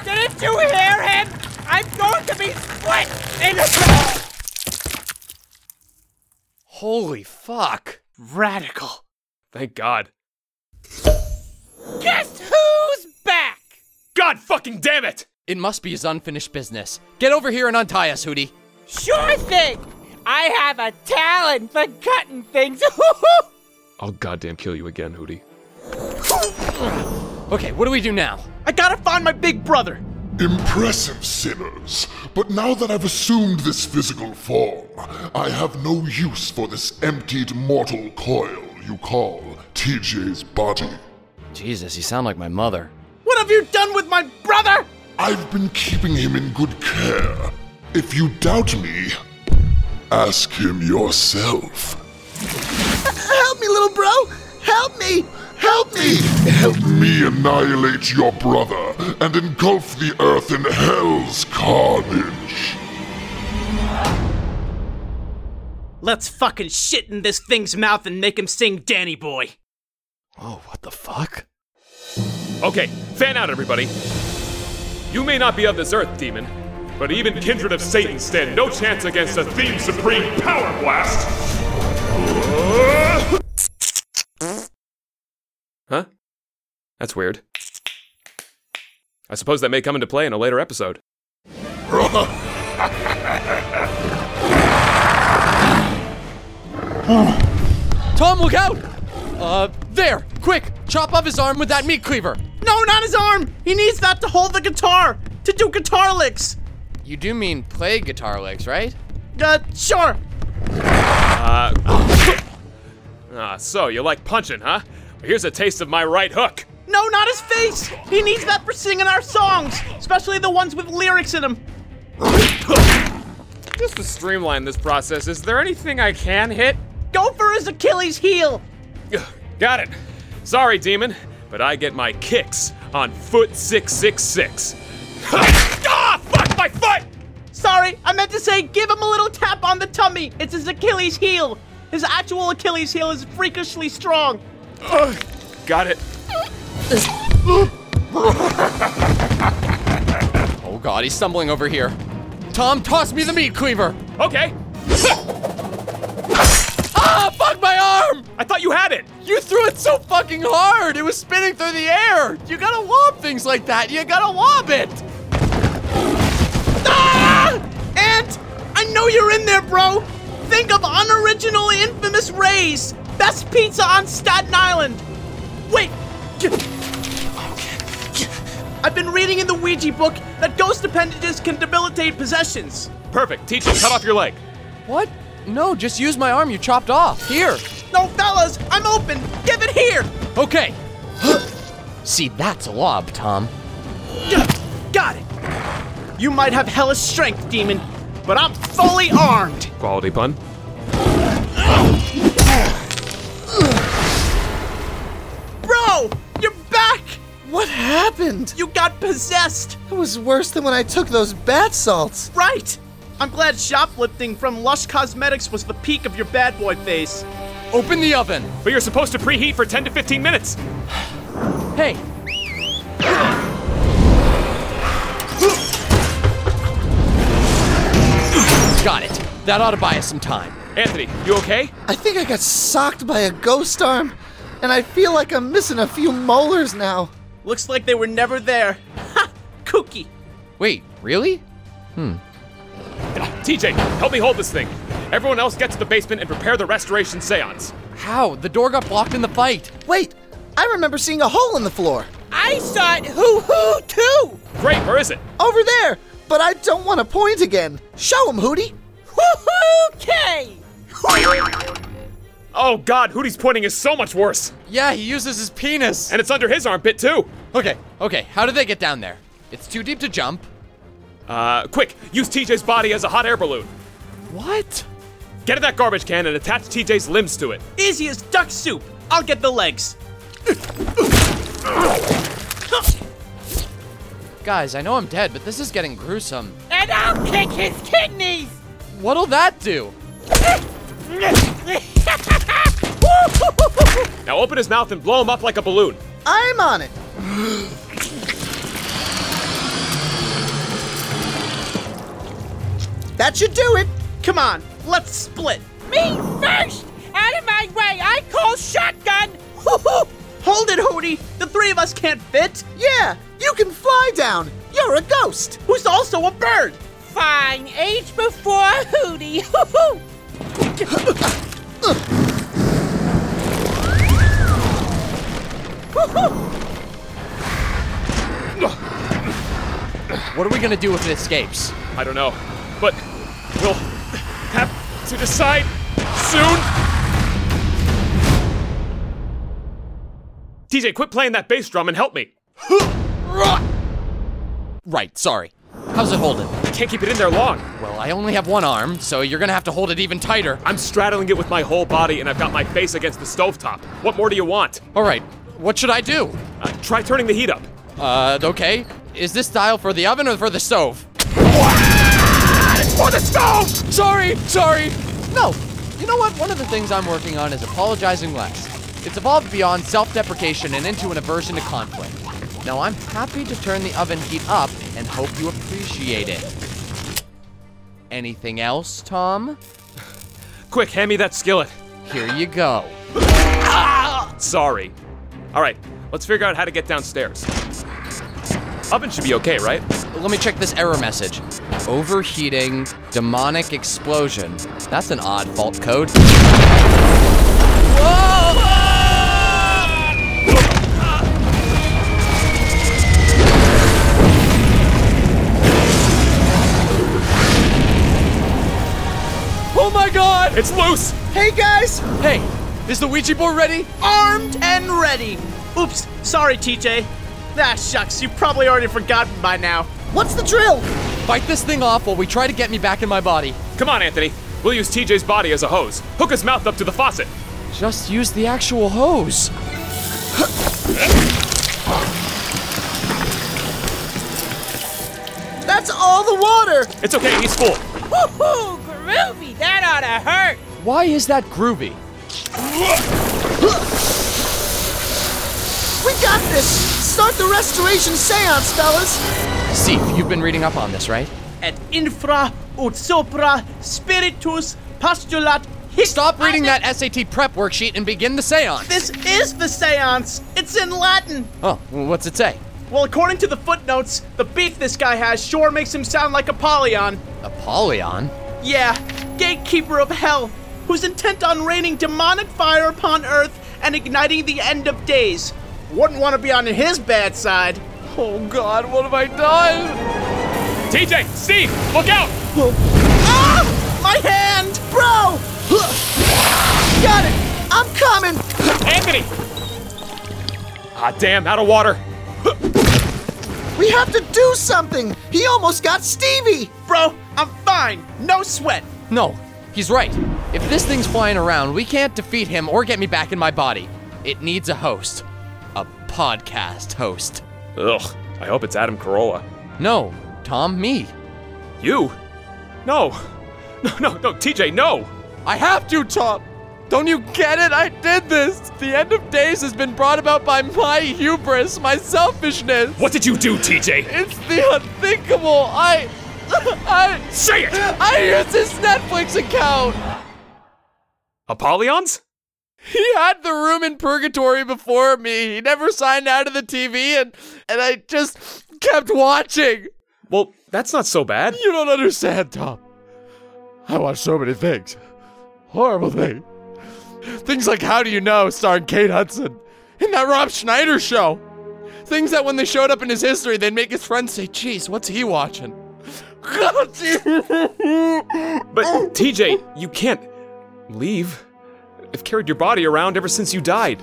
H: Didn't you hear him? I'm going to be split in a...
C: Holy fuck.
G: Radical.
B: Thank God.
H: Guess who's back?
B: God fucking damn it!
C: It must be his unfinished business. Get over here and untie us, Hootie.
H: Sure thing! I have a talent for cutting things.
B: I'll goddamn kill you again, Hootie.
C: Okay, what do we do now?
G: I gotta find my big brother.
J: Impressive sinners, but now that I've assumed this physical form, I have no use for this emptied mortal coil you call TJ's body.
C: Jesus, you sound like my mother.
G: What have you done with my brother?
J: I've been keeping him in good care. If you doubt me, ask him yourself.
F: little bro! oh, Help me! Help me!
J: Help me annihilate your brother and engulf the earth in hell's carnage.
G: Let's fucking shit in this thing's mouth and make him sing Danny Boy.
B: Oh, what the fuck? Okay, fan out, everybody. You may not be of this earth, demon, but even kindred of Satan stand no chance against a theme supreme power blast. Huh? That's weird. I suppose that may come into play in a later episode.
C: Tom, look out! Uh, there! Quick! Chop off his arm with that meat cleaver!
G: No, not his arm! He needs that to hold the guitar! To do guitar licks!
C: You do mean play guitar licks, right?
G: Uh, sure!
B: Uh, ah, so you like punching, huh? Here's a taste of my right hook.
G: No, not his face! He needs that for singing our songs! Especially the ones with lyrics in them!
B: Just to streamline this process, is there anything I can hit?
G: Go for his Achilles heel!
B: Ugh, Got it. Sorry, demon, but I get my kicks on foot six six six. Ah, fuck my foot!
G: Sorry, I meant to say give him a little tap on the tummy! It's his Achilles heel! His actual Achilles heel is freakishly strong!
B: Ugh, Got it.
C: Oh god, he's stumbling over here. Tom, toss me the meat cleaver!
B: Okay.
C: Ah, fuck my arm!
B: I thought you had it.
C: You threw it so fucking hard! It was spinning through the air! You gotta lob things like that! You gotta lob it!
G: Ah! Ant, I know you're in there, bro. Think of unoriginal, infamous Ray's best pizza on Staten Island. Wait. oh, I've been reading in the Ouija book that ghost appendages can debilitate possessions.
B: Perfect. Teacher, cut off your leg.
C: What? No, just use my arm you chopped off. Here!
G: No, fellas, I'm open. Give it here.
C: Okay! See, that's a lob, Tom.
G: Got it. You might have hellish strength, demon, but I'm fully armed.
B: Quality pun.
G: Bro, you're back.
F: What happened?
G: You got possessed.
F: It was worse than when I took those bath salts.
G: Right! I'm glad shoplifting from Lush Cosmetics was the peak of your bad boy phase.
C: Open the oven!
B: But you're supposed to preheat for 10 to 15 minutes.
C: Hey! Got it. That ought to buy us some time.
B: Anthony, you okay?
F: I think I got socked by a ghost arm, and I feel like I'm missing a few molars now.
G: Looks like they were never there. Ha! Kooky.
C: Wait, really?
B: Ah, TJ, help me hold this thing. Everyone else get to the basement and prepare the restoration seance.
C: How? The door got blocked in the fight.
F: Wait, I remember seeing a hole in the floor.
H: I saw it hoo hoo too!
B: Great, where is it?
F: Over there, but I don't want to point again. Show him, Hootie.
H: Hoo hoo K!
B: Oh god, Hootie's pointing is so much worse.
C: Yeah, he uses his penis.
B: And it's under his armpit too.
C: Okay, okay, how did they get down there? It's too deep to jump.
B: Uh, quick, use TJ's body as a hot air balloon.
C: What?
B: Get in that garbage can and attach TJ's limbs to it.
G: Easy as duck soup. I'll get the legs.
C: Guys, I know I'm dead, but this is getting gruesome.
H: And I'll kick his kidneys!
C: What'll that do?
B: Now open his mouth and blow him up like a balloon.
F: I'm on it. That should do it.
G: Come on, let's split.
H: Me first! Out of my way! I call shotgun!
G: Hold it, Hootie. The three of us can't fit.
F: Yeah, you can fly down. You're a ghost.
G: Who's also a bird?
H: Fine, age before Hootie. Hoo-hoo.
C: What are we gonna do if it escapes?
B: I don't know, but we'll have to decide soon. TJ, quit playing that bass drum and help me.
C: Right, sorry. How's it holding?
B: Can't keep it in there long.
C: Well, I only have one arm, so you're gonna have to hold it even tighter.
B: I'm straddling it with my whole body, and I've got my face against the stovetop. What more do you want?
C: All right, what should I do?
B: Uh, try turning the heat up.
C: Uh, okay. Is this style for the oven or for the stove?
B: It's for the stove!
C: Sorry, sorry. No, you know what? One of the things I'm working on is apologizing less. It's evolved beyond self deprecation and into an aversion to conflict. Now, I'm happy to turn the oven heat up and hope you appreciate it. Anything else, Tom?
B: Quick, hand me that skillet.
C: Here you go.
B: Sorry. All right, let's figure out how to get downstairs. Oven should be okay, right?
C: Let me check this error message. Overheating, demonic explosion. That's an odd fault code. Oh my god!
B: It's loose!
G: Hey guys,
C: Hey, is the Ouija board ready?
G: armed and ready. Oops, sorry, TJ. Ah, shucks, you probably already forgotten by now.
F: What's the drill?
C: Fight this thing off while we try to get me back in my body.
B: Come on, Anthony. We'll use TJ's body as a hose. Hook his mouth up to the faucet.
C: Just use the actual hose.
F: That's all the water.
B: It's okay, he's full.
H: Woohoo! Groovy! That oughta hurt!
C: Why is that groovy?
F: We got this. Start the restoration seance, fellas.
C: Seif, you've been reading up on this, right?
G: Et infra ut sopra spiritus postulat. his-
C: Stop reading that SAT prep worksheet and begin the seance.
G: This is the seance. It's in Latin.
C: Oh, well, what's it say?
G: Well, according to the footnotes, the beef this guy has sure makes him sound like Apollyon.
C: Apollyon?
G: Yeah, gatekeeper of hell, who's intent on raining demonic fire upon earth and igniting the end of days. Wouldn't want to be on his bad side. Oh god, what have I done?
B: TJ, Steve, look out!
G: Ah! My hand!
F: Bro! Got it. I'm coming.
B: Anthony! Ah, damn, out of water.
F: We have to do something. He almost got Stevie.
G: Bro, I'm fine. No sweat.
C: No, he's right. If this thing's flying around, we can't defeat him or get me back in my body. It needs a host. A podcast host.
B: Ugh, I hope it's Adam Carolla.
C: No, Tom, me.
B: You? No. No, no, no, TJ, no!
C: I have to, Tom! Don't you get it? I did this! The end of days has been brought about by my hubris, my selfishness.
B: What did you do, TJ?
C: It's the unthinkable. I. I.
B: Say it!
C: I used his Netflix account!
B: Apollyon's?
C: He had the room in purgatory before me. He never signed out of the TV, and, and I just kept watching.
B: Well, that's not so bad.
C: You don't understand, Tom. I watched so many things. Horrible things. Things like How Do You Know, starring Kate Hudson, and that Rob Schneider show. Things that when they showed up in his history, they'd make his friends say, Geez, what's he watching? God,
B: But, TJ, you can't leave. I've carried your body around ever since you died.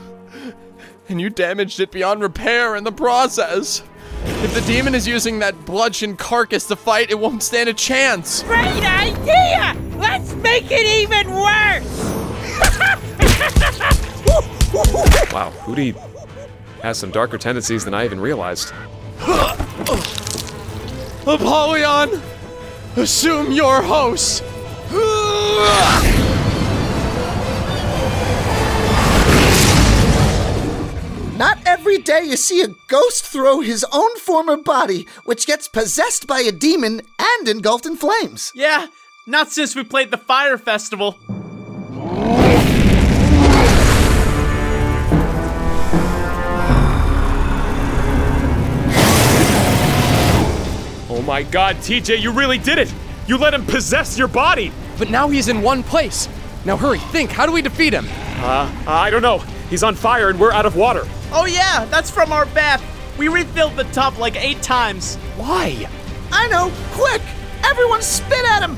C: and you damaged it beyond repair in the process. If the demon is using that bludgeon carcass to fight, it won't stand a chance.
H: Great idea! Let's make it even worse!
B: Wow, Hootie has some darker tendencies than I even realized.
C: Apollyon, assume your host.
F: Not every day you see a ghost throw his own former body, which gets possessed by a demon and engulfed in flames.
G: Yeah, not since we played the Fire Festival.
B: Oh my god, TJ, you really did it! You let him possess your body!
C: But now he's in one place. Now hurry, think. How do we defeat him?
B: Uh, I don't know. He's on fire and we're out of water.
G: Oh yeah, that's from our bath. We refilled the tub like eight times.
C: Why?
F: I know. Quick! Everyone spit at him.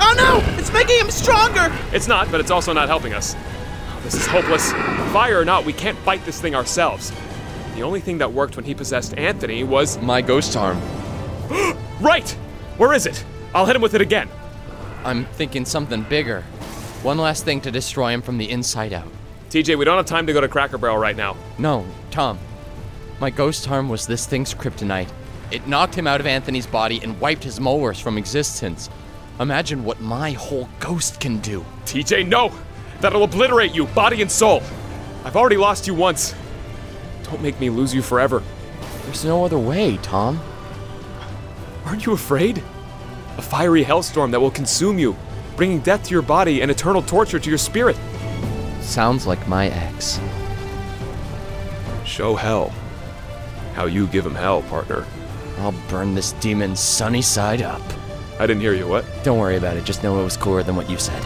G: Oh no, it's making him stronger.
B: It's not, Oh, but it's also not helping us. This is hopeless. Fire or not, we can't fight this thing ourselves. The only thing that worked when he possessed Anthony was.
C: My ghost arm.
B: right! Where is it? I'll hit him with it again.
C: I'm thinking something bigger. One last thing to destroy him from the inside out.
B: TJ, we don't have time to go to Cracker Barrel right now.
C: No, Tom. My ghost arm was this thing's kryptonite. It knocked him out of Anthony's body and wiped his molars from existence. Imagine what my whole ghost can do.
B: TJ, no! That'll obliterate you, body and soul. I've already lost you once. Don't make me lose you forever.
C: There's no other way, Tom.
B: Aren't you afraid? A fiery hellstorm that will consume you, bringing death to your body and eternal torture to your spirit.
C: Sounds like my ex.
B: Show hell. How you give him hell, partner.
C: I'll burn this demon sunny side up.
B: I didn't hear you, what?
C: Don't worry about it, just know it was cooler than what you said.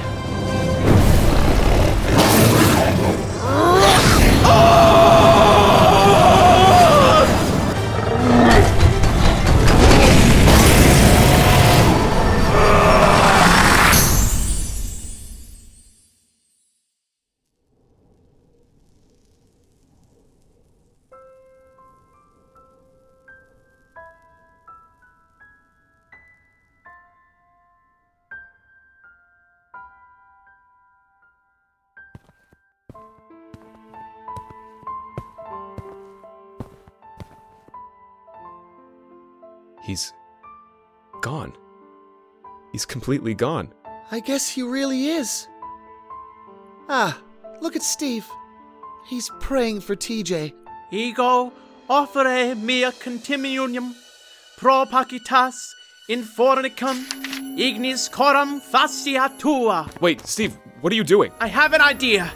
B: He's gone. He's completely gone.
F: I guess he really is. Ah, look at Steve. He's praying for TJ.
G: Ego offere mea continuum pro pacitas in fornicum ignis coram fascia tua.
B: Wait, Steve, what are you doing?
G: I have an idea.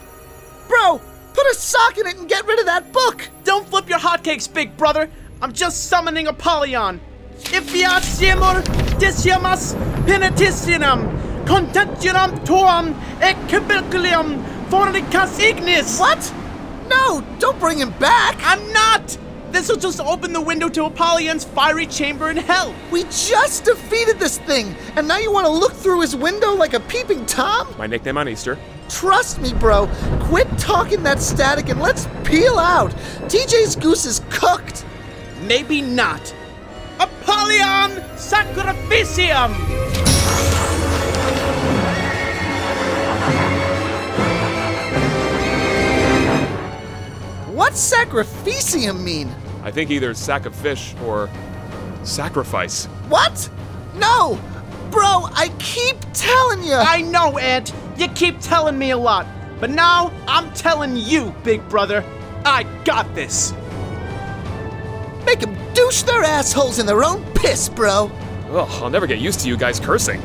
F: Bro, put a sock in it and get rid of that book.
G: Don't flip your hotcakes, big brother. I'm just summoning Apollyon. Ifiat semur disciamus peniticinum contentionum tuam equibilium fornicas ignis.
F: What? No, don't bring him back.
G: I'm not. This will just open the window to Apollyon's fiery chamber in hell.
F: We just defeated this thing, and now you want to look through his window like a peeping Tom?
B: My nickname on Easter.
F: Trust me, bro. Quit talking that static and let's peel out. TJ's goose is cooked.
G: Maybe not. Apollyon Sacrificium!
F: What's sacrificium mean?
B: I think either sack of fish or sacrifice.
F: What? No! Bro, I keep telling you!
G: I know, Ant. You keep telling me a lot. But now I'm telling you, big brother. I got this.
F: Make them douche their assholes in their own piss, bro.
B: Ugh, I'll never get used to you guys cursing.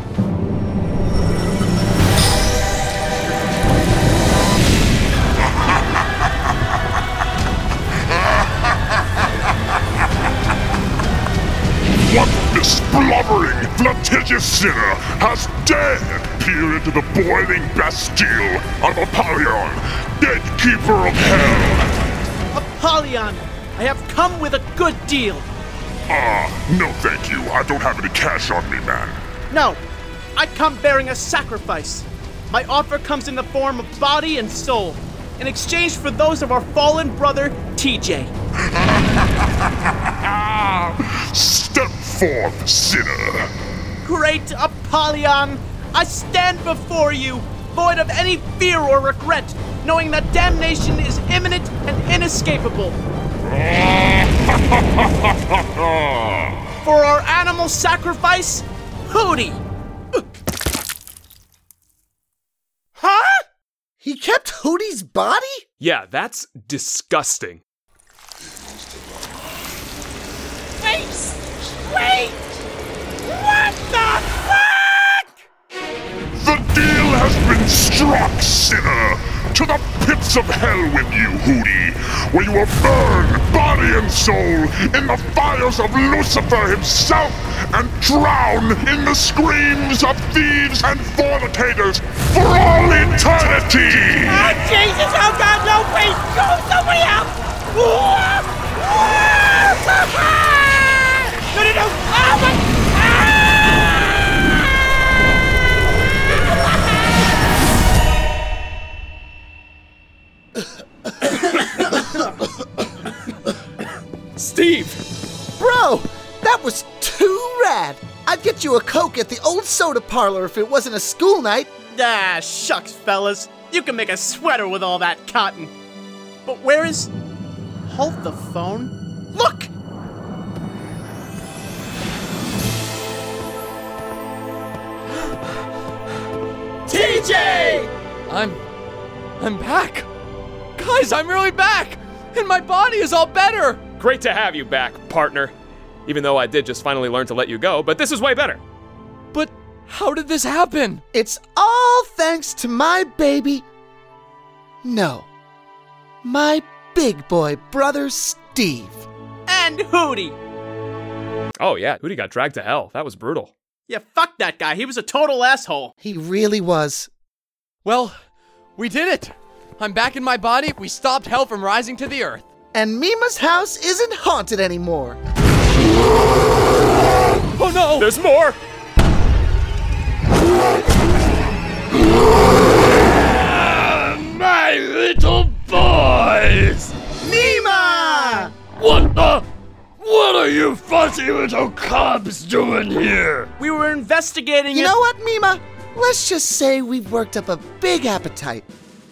J: What this blubbering, flagitious sinner has dared peer into the boiling bastille of Apollyon, gatekeeper of hell?
G: Apollyon, I have come with a good deal.
J: Ah, no thank you. I don't have any cash on me, man.
G: No, I come bearing a sacrifice. My offer comes in the form of body and soul, in exchange for those of our fallen brother, TJ.
J: Step forth, sinner.
G: Great Apollyon, I stand before you, void of any fear or regret, knowing that damnation is imminent and inescapable. For our animal sacrifice, Hootie!
F: Huh? He kept Hootie's body?
B: Yeah, that's disgusting.
H: Wait! Wait! What the fuck?
J: The deal has been struck, sinner. To the pits of hell with you, Hootie, where you will burn body and soul in the fires of Lucifer himself and drown in the screams of thieves and fornicators for all eternity.
H: Oh, Jesus! Oh, God, no, please! Go, somebody else! No, no, no! Oh, my...
E: Steve!
F: Bro, that was too rad. I'd get you a Coke at the old soda parlor if it wasn't a school night.
G: Ah, shucks, fellas. You can make a sweater with all that cotton. But where is. Hold the phone. Look!
C: TJ! I'm. I'm back! Guys, I'm really back! And my body is all better!
B: Great to have you back, partner. Even though I did just finally learn to let you go, but this is way better.
C: But how did this happen?
F: It's all thanks to my baby. No, my big boy brother Steve.
G: And Hootie!
B: Oh, yeah, Hootie got dragged to hell. That was brutal.
G: Yeah, fuck that guy. He was a total asshole.
F: He really was.
C: Well, we did it! I'm back in my body, we stopped hell from rising to the earth.
F: And Mima's house isn't haunted anymore.
C: Oh no!
B: There's more!
A: My little boys!
G: Mima!
A: What the? What are you fussy little cubs doing here?
G: We were investigating
F: You
G: it-
F: know what, Mima? Let's just say we've worked up a big appetite.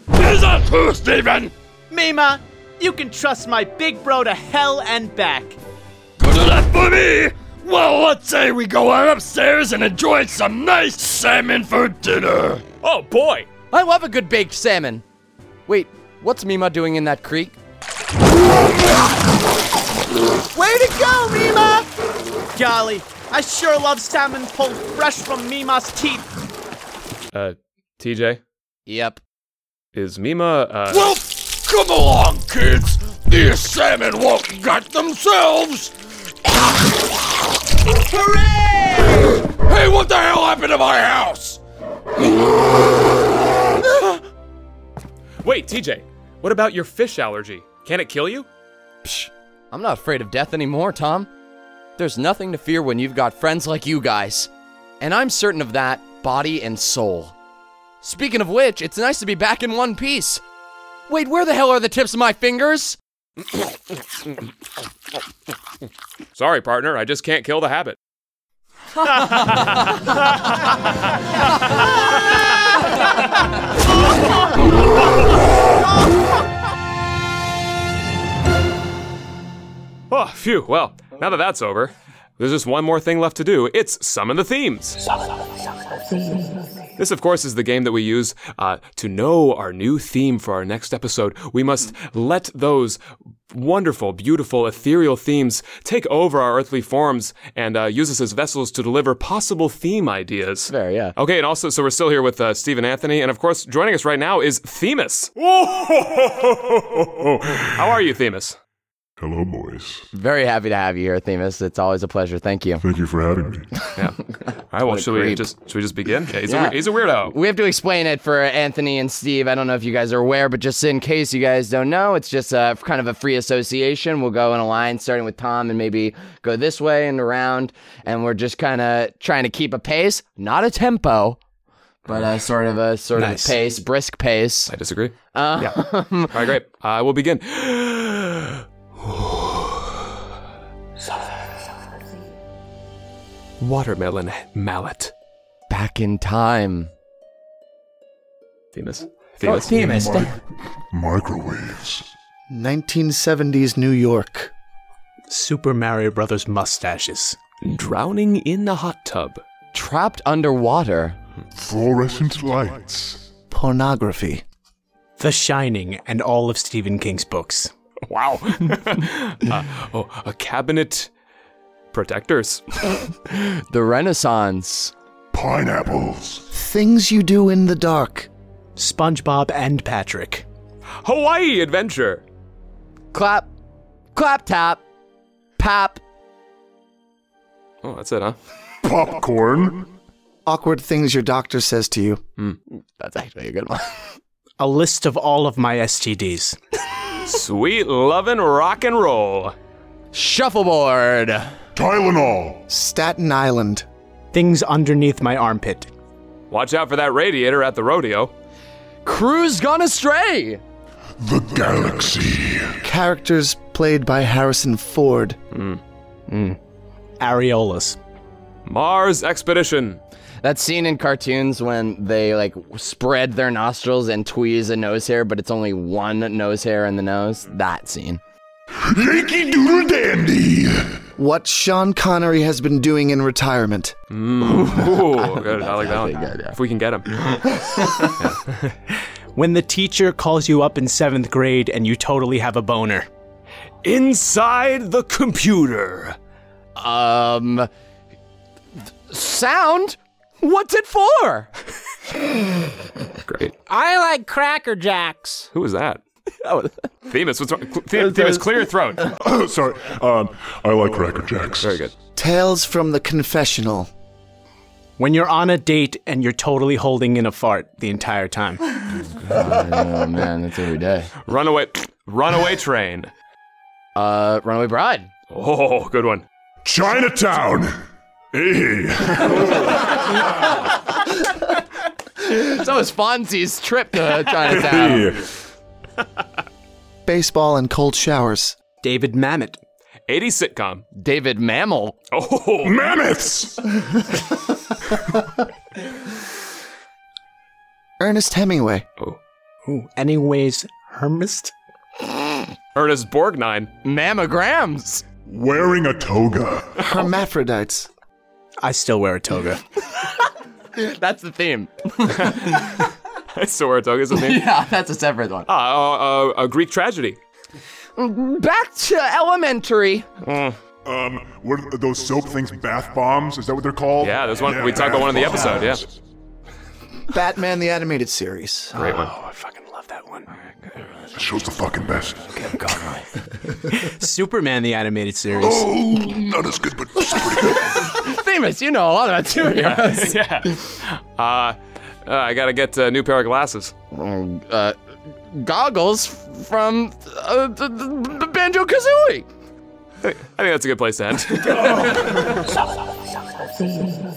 A: Is that true, Steven?
G: Mima, you can trust my big bro to hell and back.
A: Good enough for me! Well, let's say we go on upstairs and enjoy some nice salmon for dinner.
B: Oh, boy!
C: I love a good baked salmon! Wait, what's Mima doing in that creek?
F: Way to go, Mima!
G: Golly, I sure love salmon pulled fresh from Mima's teeth.
B: Uh, TJ,
C: Yep.
B: is Mima, uh.
J: Well, come along, kids. These salmon won't gut themselves. Hooray! Hey, what the hell happened to my house?
B: Wait, TJ, what about your fish allergy? Can it kill you?
C: I'm not afraid of death anymore, Tom. There's nothing to fear when you've got friends like you guys. And I'm certain of that, body and soul. Speaking of which, it's nice to be back in one piece. Wait, where the hell are the tips of my fingers?
B: Sorry, partner, I just can't kill the habit. Oh, phew. Well, now that that's over, there's just one more thing left to do. It's summon the themes. This, of course, is the game that we use uh, to know our new theme for our next episode. We must let those wonderful, beautiful, ethereal themes take over our earthly forms and uh, use us as vessels to deliver possible theme ideas.
C: Fair, yeah.
B: Okay, and also, so we're still here with uh, Stephen Anthony, and of course, joining us right now is Themis. How are you, Themis?
J: Hello, boys.
C: Very happy to have you here, Themis. It's always a pleasure. Thank you.
J: Thank you for having me.
B: Yeah. All right. Well,
C: a
B: should we
C: creep.
B: just should we just begin? Okay. He's, a,
C: Yeah.
B: weir- he's a weirdo.
C: We have to explain it for Anthony and Steve. I don't know if you guys are aware, but just in case you guys don't know, it's just a, kind of a free association. We'll go in a line starting with Tom and maybe go this way and around. And we're just kind of trying to keep a pace, not a tempo, but a sort of a sort
B: Nice.
C: of pace, brisk pace.
B: I disagree.
C: Um,
B: yeah. All right. Great. I will begin. Watermelon mallet.
C: Back in time.
B: Themis. Themis.
C: Themis.
J: Microwaves.
F: 1970s New York.
G: Super Mario Brothers mustaches.
B: Drowning in the hot tub.
C: Trapped underwater.
J: Fluorescent lights.
F: Pornography.
K: The Shining, and all of Stephen King's books.
B: Wow. uh, oh, a cabinet. Protectors.
C: The Renaissance.
J: Pineapples.
F: Things you do in the dark.
K: SpongeBob and Patrick.
B: Hawaii adventure.
C: Clap. Clap tap. Pap.
B: Oh, that's it, huh?
J: Popcorn.
F: Awkward things your doctor says to you.
C: That's actually a good one.
K: A list of all of my STDs.
B: Sweet lovin' rock and roll.
C: Shuffleboard.
J: Tylenol.
F: Staten Island.
K: Things underneath my armpit.
B: Watch out for that radiator at the rodeo.
C: Crew's gone astray.
J: The galaxy.
F: Characters played by Harrison Ford.
K: Areolas.
B: Mars Expedition.
C: That scene in cartoons when they like spread their nostrils and tweeze a nose hair, but it's only one nose hair in the nose. That scene.
J: Yankee Doodle Dandy!
F: What Sean Connery has been doing in retirement.
B: Ooh, good. I like that one. If we can get him.
K: When the teacher calls you up in seventh grade and you totally have a boner. Inside the computer.
C: Um. Sound? What's it for?
B: Great.
H: I like Cracker Jacks.
B: Who was that? Oh, Themis. What's wrong? Cle- Them- Themis, clear your throat.
J: Sorry. Um, I like Cracker Jacks.
B: Very good.
F: Tales from the Confessional.
K: When you're on a date and you're totally holding in a fart the entire time.
C: Oh man, that's every day.
B: Runaway, runaway train.
C: Uh, Runaway Bride.
B: Oh, good one.
J: Chinatown! Hey!
C: So is Fonzie's trip to Chinatown.
J: Hey!
F: Baseball and cold showers.
K: David Mamet.
B: 80s sitcom.
C: David Mammal.
B: Oh,
J: Mammoths!
F: Ernest Hemingway.
B: Oh.
K: Ooh, anyways, Hermist.
B: Ernest Borgnine.
C: Mammograms.
J: Wearing a toga.
F: Hermaphrodites.
K: I still wear a toga.
C: That's the theme.
B: I swear, Doug is his name.
C: Yeah, that's a separate one.
B: Ah, uh, uh, a Greek tragedy.
C: Back to elementary.
J: Um, what are those soap things? Bath bombs? Is that what they're called?
B: Yeah, there's one- we talked about
J: bath
B: one in the
J: bombs.
B: episode, yeah.
F: Batman the Animated Series.
B: Great one.
K: I fucking love that one.
J: That show's the fucking best.
K: Superman the animated series.
J: Oh, not as good, but still pretty good.
C: Themis, you know a lot about superheroes.
B: yeah. Uh, uh, I gotta get a new pair of glasses.
C: uh, goggles from uh, Banjo Kazooie.
B: I think that's a good place to end.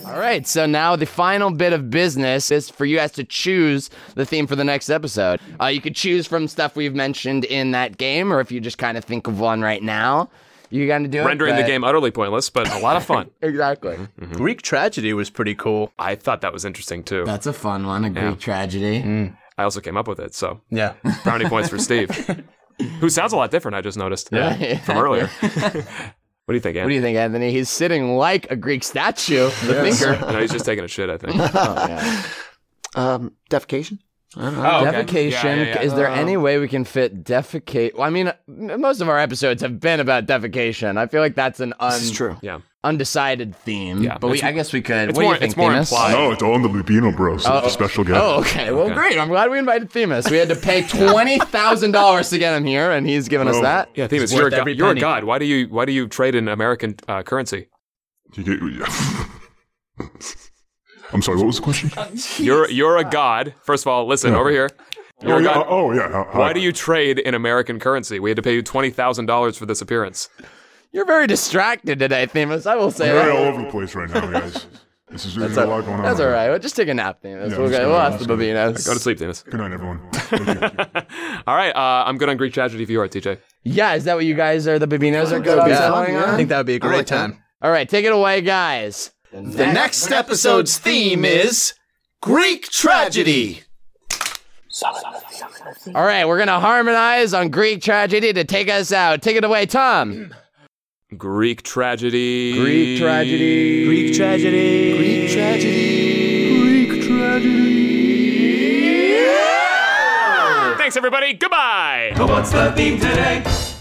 C: All right, so now the final bit of business is for you guys to choose the theme for the next episode. Uh, you could choose from stuff we've mentioned in that game, or if you just kind of think of one right now, you're gonna do it.
B: Rendering the
C: but-
B: game utterly pointless, but a lot of fun.
C: exactly.
K: Greek tragedy was pretty cool.
B: I thought that was interesting too.
C: That's a fun one. A Greek tragedy.
B: I also came up with it, so
K: Yeah.
B: brownie points for Steve, who sounds a lot different. I just noticed. Yeah. From earlier. what do you think, Andy?
C: What do you think, Anthony? He's sitting like a Greek statue. The thinker.
B: No, he's just taking a shit. I think.
F: Um, defecation.
B: Oh, okay. Yeah,
C: Defecation.
B: yeah, Uh-huh. yeah.
C: Is there any way we can fit defecate? Well, I mean, m- most of our episodes have been about defecation. I feel like that's an un-
F: It's true.
B: Yeah.
C: undecided theme.
B: Yeah,
C: but we,
B: it's-
C: I guess we could.
B: it's
C: what
B: more-
C: do you think,
B: it's more
C: Themis?
B: implied.
J: No, it's all in the Lupino Bros. so it's a special guest.
C: Oh, okay. Well, great. I'm glad we invited Themis. We had to pay twenty thousand dollars to get him here, and he's giving us
J: Oh.
C: that.
B: Yeah, Themis,
K: It's
B: you're a,
K: worth
B: go-
K: every
B: you're a
K: penny.
B: god. Why do you why do you trade in American uh, currency?
J: You get- I'm sorry, what was the question?
B: You're you're a god. First of all, listen over here. You're
J: oh,
B: a
J: yeah,
B: god.
J: oh, yeah. hi.
B: Why do you trade in American currency? We had to pay you twenty thousand dollars for this appearance.
C: You're very distracted today, Themis. I will say
J: Very
C: that.
J: all over the place right now, guys. This is there's a lot going on.
C: That's all
J: here.
C: right. Well, just take a nap, Themis.
J: Yeah,
C: we'll
J: I'm
C: go.
J: just
C: We'll
J: gonna-
C: ask the
J: I'm just
B: Go to
C: babinas.
B: sleep, Themis.
J: Good night, everyone. Thank you.
B: All right, uh, I'm good on Greek tragedy for you, are, TJ.
C: Yeah, is that what you guys are? The babinas are good.
F: Yeah.
C: going on?
K: I think that would be a great
F: like that.
K: time.
C: All right, take it away, guys.
F: The next episode's theme is Greek tragedy.
C: All right, we're gonna harmonize on Greek tragedy to take us out. Take it away, Tom.
B: Greek tragedy.
C: Greek tragedy.
K: Greek tragedy. Greek
B: Thanks, everybody. Goodbye.
L: What's the theme today?